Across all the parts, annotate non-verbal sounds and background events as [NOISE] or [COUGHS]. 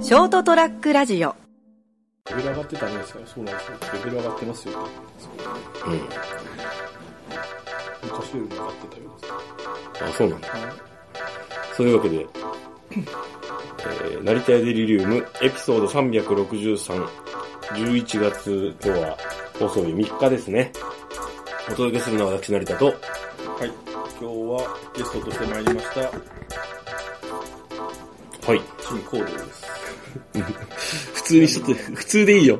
ショートトラックラジオレベル上がってたんじゃないですかそうなんですよ。レベル上がってますよ。うん。昔よりも上がってたようです。あ、そうなんだ。そういうわけで、えー、成田屋デリリウムエピソード363、11月、今日は放送日3日ですね。お届けするのは私、成田と、はい。今日はゲストとして参りました、はい。陳光堂です。普通にしとって、 [LAUGHS] 普通でいいよ。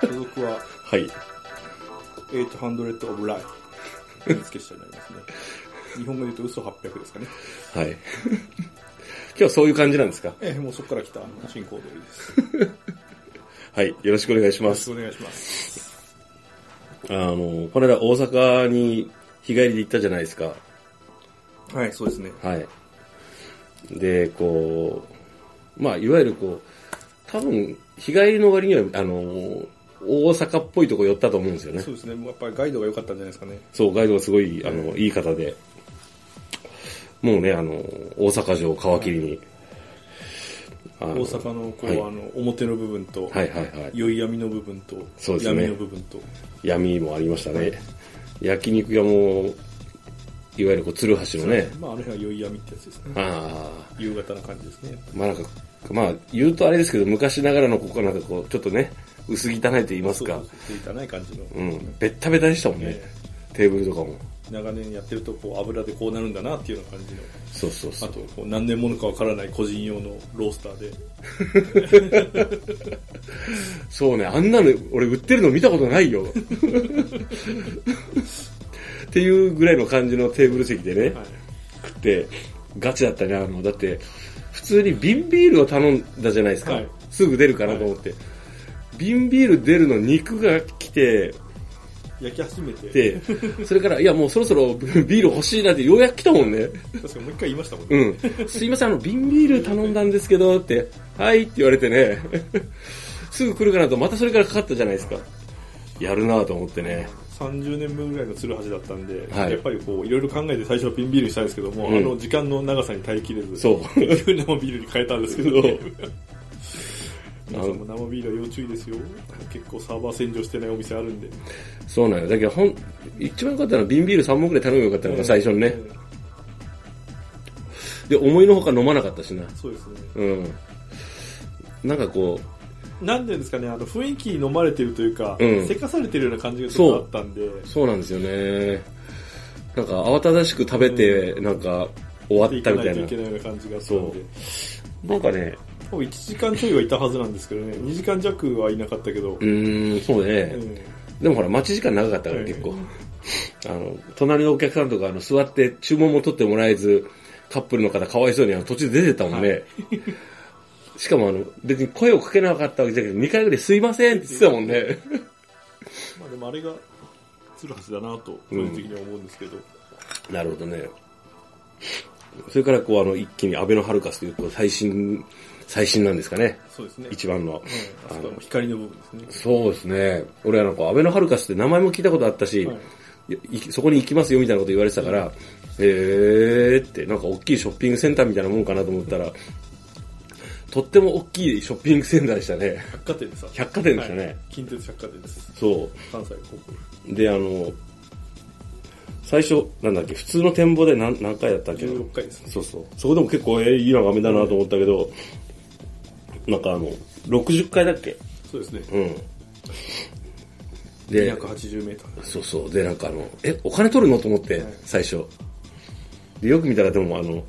所属ははい。 800 of Life。認識者になりますね。日本語で言うと嘘800ですかね。はい。今日はそういう感じなんですかええ、もうそこから来た陳光堂です。はい。よろしくお願いしよまろしすく。お願いします。あの、この間大阪に日帰りで行ったじゃないですか。はい、そうですね。はい。で、こう、まあ、いわゆるこう、多分、日帰りの割には、あの、大阪っぽいとこ寄ったと思うんですよねそ。うですね。もうやっぱりガイドが良かったんじゃないですかね。そう、ガイドがすごい、あの、いい方で、もうね、あの、大阪城を皮切りに、あの大阪の、こう、はいあの、表の部分と、はいはいはい。宵闇の部分と、そうですね闇の部分と、闇もありましたね。焼肉屋も、いわゆるこう、鶴橋のね、まあ、あの辺は宵闇ってやつですね。ああ、夕方な感じですね。まあなんか、まあ言うとあれですけど、昔ながらのここなんかこう、ちょっとね、薄汚いと言いますかそう、そういたない感じの、うん、べったべたでしたもんね、えテーブルとかも。長年やってるとこう油でこうなるんだなっていうような感じのそうそうあそう。とこう何年ものかわからない個人用のロースターでそうね、あんなの俺売ってるの見たことないよ。っていうぐらいの感じのテーブル席でね、はい食って、ガチだったね、あの、だって、普通に瓶ビールを頼んだじゃないですか。はいすぐ出るかなと思って。瓶ビール出るの肉が来て、焼き始めてで、それから、いやもうそろそろ [LAUGHS] ビール欲しいなってようやく来たもんね。確かもう一回言いましたもんね、うん。すいません、あの、瓶ビール頼んだんですけど、って、はいって言われてね、 [LAUGHS] すぐ来るかなと、またそれからかかったじゃないですか。やるなと思ってね。 30年分ぐらいの鶴橋だったんで、はいやっぱりこういろいろ考えて最初は瓶ビールにしたんですけども、うんあの時間の長さに耐えきれずそう。自分生ビールに変えたんですけどそう皆さんも生ビールは要注意ですよ結構サーバー洗浄してないお店あるんでそうなんよ。だけど、ほん、一番良かったのは瓶ビール3本くらい頼めばよかったのが最初にねえ。えで、思いのほか飲まなかったしな。そうですねうん。なんかこなんていうんですかね、あの雰囲気に飲まれてるというか、うんせかされてるような感じがちょっとあったんで、う、そうなんですよね。なんか慌ただしく食べて、なんか終わ行ったかみなたいいといけな。ないような感じがあったんで、なんかね、多分1時間ちょいはいたはずなんですけどね、2時間弱はいなかったけど、うーん、そうね。うんでもほら、待ち時間長かったからはい結構。 [LAUGHS] あの、隣のお客さんとか、あの、座って注文も取ってもらえず、カップルの方かわいそうにあの途中で出てったもんね。 [LAUGHS] しかもあの、別に声をかけなかったわけじゃなくて、2回ぐらいすいませんって言ってたもんね。まあでもあれが鶴橋だなと、個人的には思うんですけど、 [LAUGHS] なるほどね。それからこう、あの、一気にアベノハルカスという、こう、最新、最新なんですかね。そうですね。一番の。うん、あそこはもう光の部分ですそうですね。俺はなんか、アベノハルカスって名前も聞いたことあったし、はいいやいそこに行きますよみたいなこと言われてたから、えーって、なんか大きいショッピングセンターみたいなもんかなと思ったら、とっても大きいショッピングセンターでしたね。百貨店です。百貨店でしたねはい近鉄百貨店です。そ関西高校。う。で、あの、最初、なんだっけ、普通の展望で何何回だったっけな16回ですね。そうそう。そこでも結構、えー、いい眺めだなと思ったけど、なんかあの、60階だっけそうですね。うん。で、 280メーターです。そうそう。で、なんかあの、え、お金取るのと思ってはい、最初。で、よく見たら、でもあの、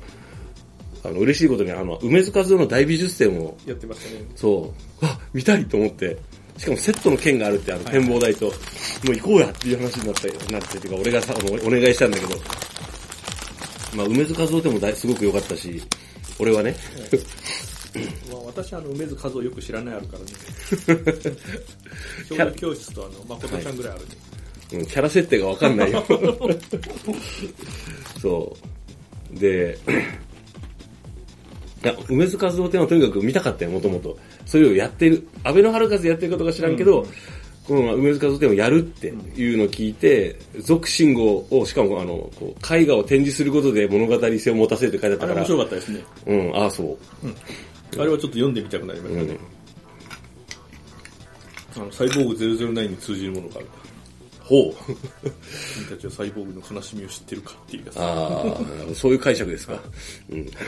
あの、嬉しいことに、あの、梅津和夫の大美術展を、やってましたね。そう、あ、見たいと思って、しかもセットの券があるって、あの、展望台と、もう行こうやっていう話になったよなって、てか、俺がさ、あのお願いしたんだけど、まあ、梅津和夫でもだいすごく良かったし、俺はね、まあ、私はあの梅津和夫よく知らないあるからね [LAUGHS] 教ャラ育教室とあの誠ちゃんぐらいあるね、うん、キャラ設定がわかん [LAUGHS] ないよ。そう。で、いや梅津和夫展はとにかく見たかったよ、もともと。それをやってる、安倍のハルカスやってることか知らんけど、この梅津和夫展をやるっていうのを聞いて、俗信号を、しかもあの、こう絵画を展示することで物語性を持たせるって書いてあっあたれ面から、白かったですねうん、ああ、そう。あれはちょっと読んでみたくなりましたね。あのサイボーグ009に通じるものがあるか。ほう。君たちはサイボーグの悲しみを知ってるかっていうやつ。ああ、そういう解釈ですか。うん。 [COUGHS]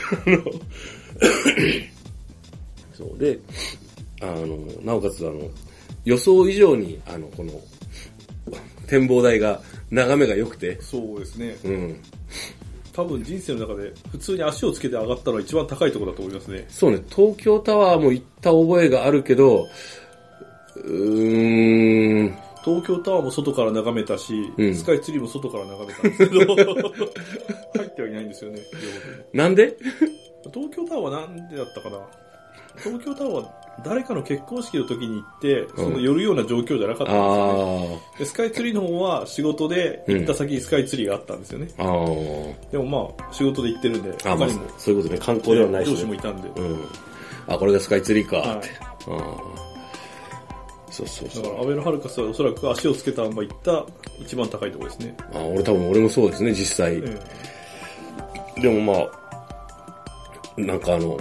そう。で、あの、なおかつ、あの、予想以上に、あの、この、展望台が、眺めが良くて、そうですね。うん。多分人生の中で普通に足をつけて上がったのは一番高いところだと思いますね。そうね、東京タワーも行った覚えがあるけど、うーん、東京タワーも外から眺めたし、うんスカイツリーも外から眺めたんです [LAUGHS] けど、入ってはいないんですよね。なんで両方とも東京タワーはなんでだったかな東京タワーは誰かの結婚式の時に行って、その寄るような状況じゃなかったんであすよね。ーでスカイツリーの方は仕事で行った先にスカイツリーがあったんですよね。あー、でもまあ仕事で行ってるんで、あ、他まあにも、そういうことね、観光ではないし、上ね。司もいたんで。うん。あ、これがスカイツリーか。はいうん。そうそうそだうか。ら、アベノハルカスはおそらく足をつけたまま行った一番高いところですね。あ俺多分俺もそうですね、実際。えでもまあ、なんかあの、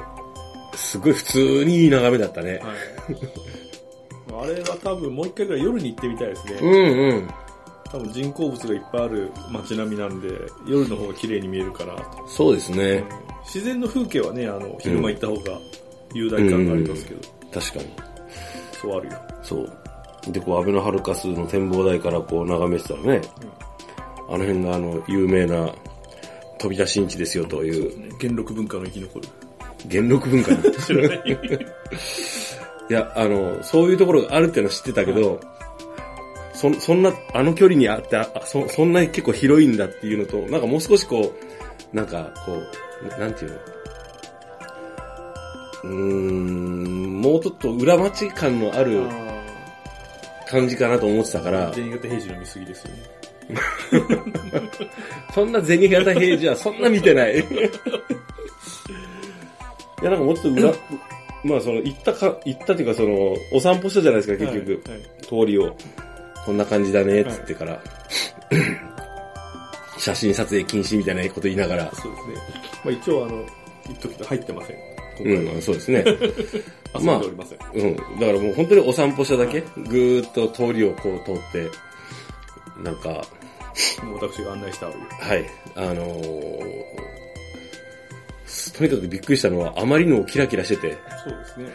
すごい普通にいい眺めだったねえ。はい。あれは多分もう一回ぐらい夜に行ってみたいですうね。んうん。多分人工物がいっぱいある街並みなんで、夜の方が綺麗に見えるかなと。そうですね。自然の風景はね、あの、昼間行った方が雄大感がありますけど、確かに。そうあるよ。そう。で、こう、安倍のハルカスの展望台からこう眺めてたらね、あの辺があの、有名な飛び出しん地ですよという、元禄文化の生き残る。元禄文化に知ら [LAUGHS] ない。いや、あの、そういうところがあるっていうのは知ってたけど、そ、そんな、あの距離にあって、あそ、そんなに結構広いんだっていうのと、なんかもう少しこう、なんか、こう、ななんていうのうーん、もうちょっと裏町感のある感じかなと思ってたから、全員型平時の見過ぎですよね。そんな銭形平 [LAUGHS] 次はそんな見てない。いや、なんかもうちょっと裏、まあその、行ったか、行ったっていうかその、お散歩したじゃないですか、結局。はいはい通りを、こんな感じだね、っつってから、 [LAUGHS] 写真撮影禁止みたいなこと言いながら、そうですね。まあ一応あの、言っとくと入ってません。今う回はん、そうですね。遊んでおりません。うん、だからもう本当にお散歩しただけ、ぐーっと通りをこう通って、なんか、もう私が案内したわけはい、あのーすとにかくびっくりしたのは、あまりにもキラキラしてて、そうですね。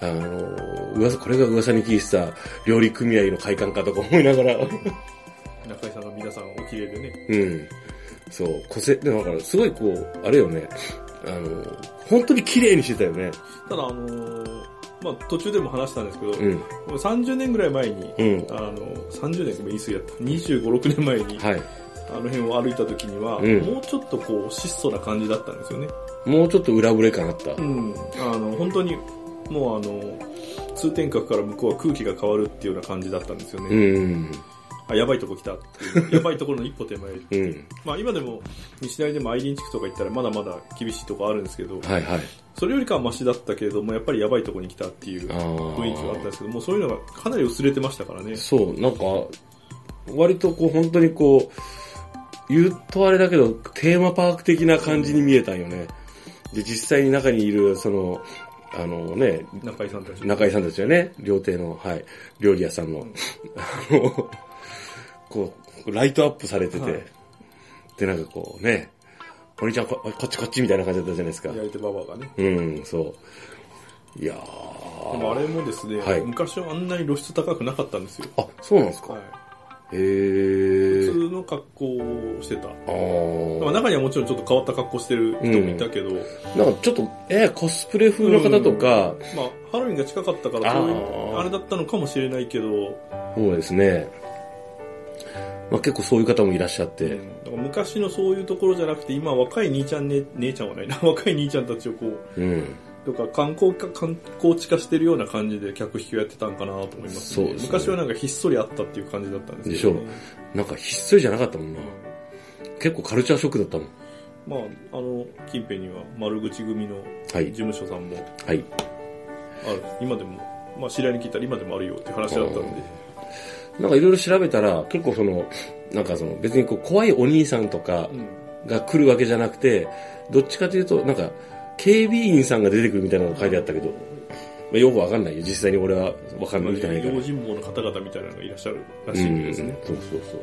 あのー噂、これが噂に聞いてた料理組合の会館かとか思いながら、 [LAUGHS] 中井さんが皆さんお綺麗でね。うん。そう、個性、でもだから、すごいこう、あれよね、あの、本当に綺麗にしてたよね。ただあのーまあ途中でも話したんですけど、うん。 30年ぐらい前に、うん。あの、30年も言い過ぎだった。25、6年前に、はい。あの辺を歩いた時には、うんもうちょっとこう、質素な感じだったんですよね。もうちょっと裏ぶれ感あった。うん。あの、本当に、もうあの、通天閣から向こうは空気が変わるっていうような感じだったんですよね。うん。あ、やばいとこ来たっていう。やばいところの一歩手前。うん。まあ今でも、西成でもアイリン地区とか行ったらまだまだ厳しいとこあるんですけど、はいはい。それよりかはマシだったけれども、やっぱりやばいとこに来たっていうあ雰ー囲気はあったんですけど、もうそういうのがかなり薄れてましたからね。そう、なんか、割とこう、本当にこう、言うとあれだけど、テーマパーク的な感じに見えたんよね。で、実際に中にいる、その、あのね、中井さんたち。中井さんたちはね、料亭の、はい、料理屋さんの、んあの、こう、ライトアップされてて、はいで、なんかこうね、お兄ちゃんこ、こっちこっちみたいな感じだったじゃないですか。焼いてババアがね。うん、そう。いやー。でもあれもですね、はい昔はあんなに露出高くなかったんですよ。あ、そうなんですか。はい、へ普ー。通の格好をしてた。あまあ、ー中にはもちろんちょっと変わった格好してる人もいたけど、なんかちょっと、えー、コスプレ風の方とか、まあ、ハロウィンが近かったから、そういあうーあれだったのかもしれないけど、そうですね。まあ結構そういう方もいらっしゃって、うんだから昔のそういうところじゃなくて、今若い兄ちゃん、ね、姉ちゃんはないな、 [LAUGHS] 若い兄ちゃんたちをこう、うん。とか観光か観光地化してるような感じで客引きをやってたんかなと思います、そうですね昔はなんかひっそりあったっていう感じだったんですけど、ね。でなんかひっそりじゃなかったもんな。結構カルチャーショックだったもん。まあ、あの、近辺には丸口組のは事い。務所さんもはい。ある今でも、まあ、知り合いに聞いたら今でもあるよっていう話だったんで、なんかいろいろ調べたら、結構その、なんかその別にこう怖いお兄さんとかうんが来るわけじゃなくて、どっちかというと、なんか、警備員さんが出てくるみたいなのが書いてあったけど、まあ、よくわかんないよ。実際に俺はわかんない見てないから。用心棒の方々みたいなのがいらっしゃるらうしいんんですね。そうそうそう。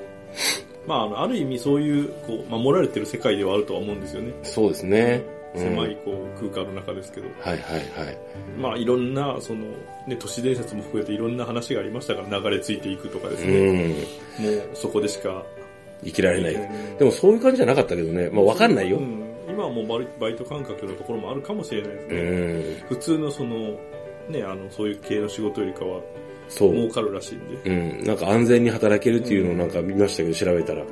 まああの、ある意味そういう、こう、守られてる世界ではあるとは思うんですよね。そうですね。うん狭い、こう、空間の中ですけど。はいはいはい。まあいろんな、その、ね、都市伝説も含めていろんな話がありましたから流れ着いていくとかですね。うん。もうそこでしか。生きられない。ででもそういう感じじゃなかったけどね。まあわかんないよ。今はもうバイバイト感覚のところもあるかもしれないですうね。ん。普通のその、ね、あの、そういう系の仕事よりかはそう。儲かるらしいんで。うん、なんか安全に働けるっていうのをなんか見ましたけど、調べたら。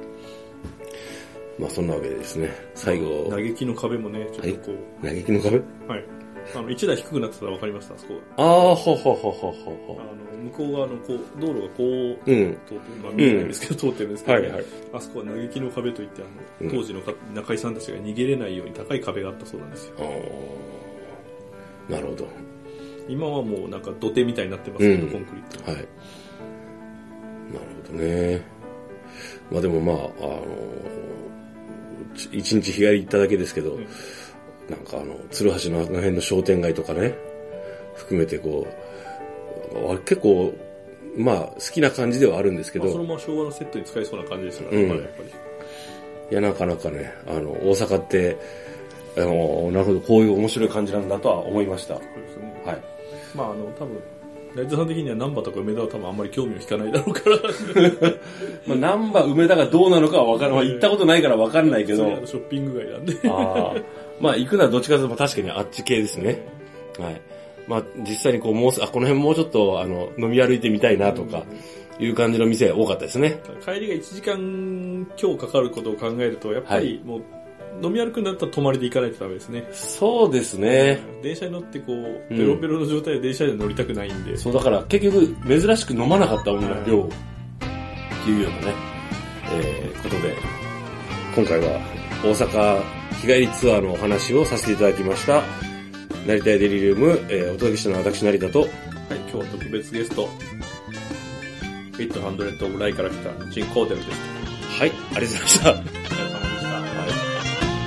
まあそんなわけでですね、最後、嘆きの壁もね、ちょっとこう、嘆きの壁はい。あの、一台低くなってたら分かりました、あそこああ、ほほほほほが。あほ。の、向こう側のこう、道路がこう、うん。通ってる、まあ見えないんですけど、通ってるんですけど、はいはい。あそこは嘆きの壁といって、あの、うん当時のか中井さんたちが逃げれないように高い壁があったそうなんですよ。ああ、なるほど。今はもうなんか土手みたいになってますけど、うんコンクリート。はい。なるほどね。まあでもまあ、あの、ち一日日帰り行っただけですけど、うんなんかあの、鶴橋のあの辺の商店街とかね、含めてこう、わ結構、まあ好きな感じではあるんですけまあ、そのど、まま昭和のセットに使えそうな感じですからね、うんまだやっぱり。いやなかなかね、あの、大阪って、あの、なるほど、こういう面白い感じなんだとは思いました。はそうですね。い。まああの多分成田さん的には難波とか梅田は多分あんまり興味を引かないだろう [LAUGHS] からまあ、難波、梅田がどうなのかはわからない。まあ行ったことないからわかんないけそどれ、はあのショッピング街なんでああ。まあ、行くならどっちかというと確かにあっち系ですね。はい。まあ、実際にこう、もうす、あ、この辺もうちょっと、あの、飲み歩いてみたいなとか、いう感じの店が多かったですね。帰りが1時間強かかることを考えるとやっぱりもう、飲み歩くんだったら泊まりで行かないとダメですね。そうですね。電車に乗ってこう、うんペロペロの状態で電車には乗りたくないんで、そう、だから結局、珍しく飲まなかった女の量、っていうようなね、えー、ことで、今回は大阪日帰りツアーのお話をさせていただきました。成田屋デリリウム、えー、お届けしたのは私成田と、はい、今日は特別ゲスト、フィットハンドレッドオブライから来たチンコーデルでした。はい、ありがとうございました。お疲れ様でした。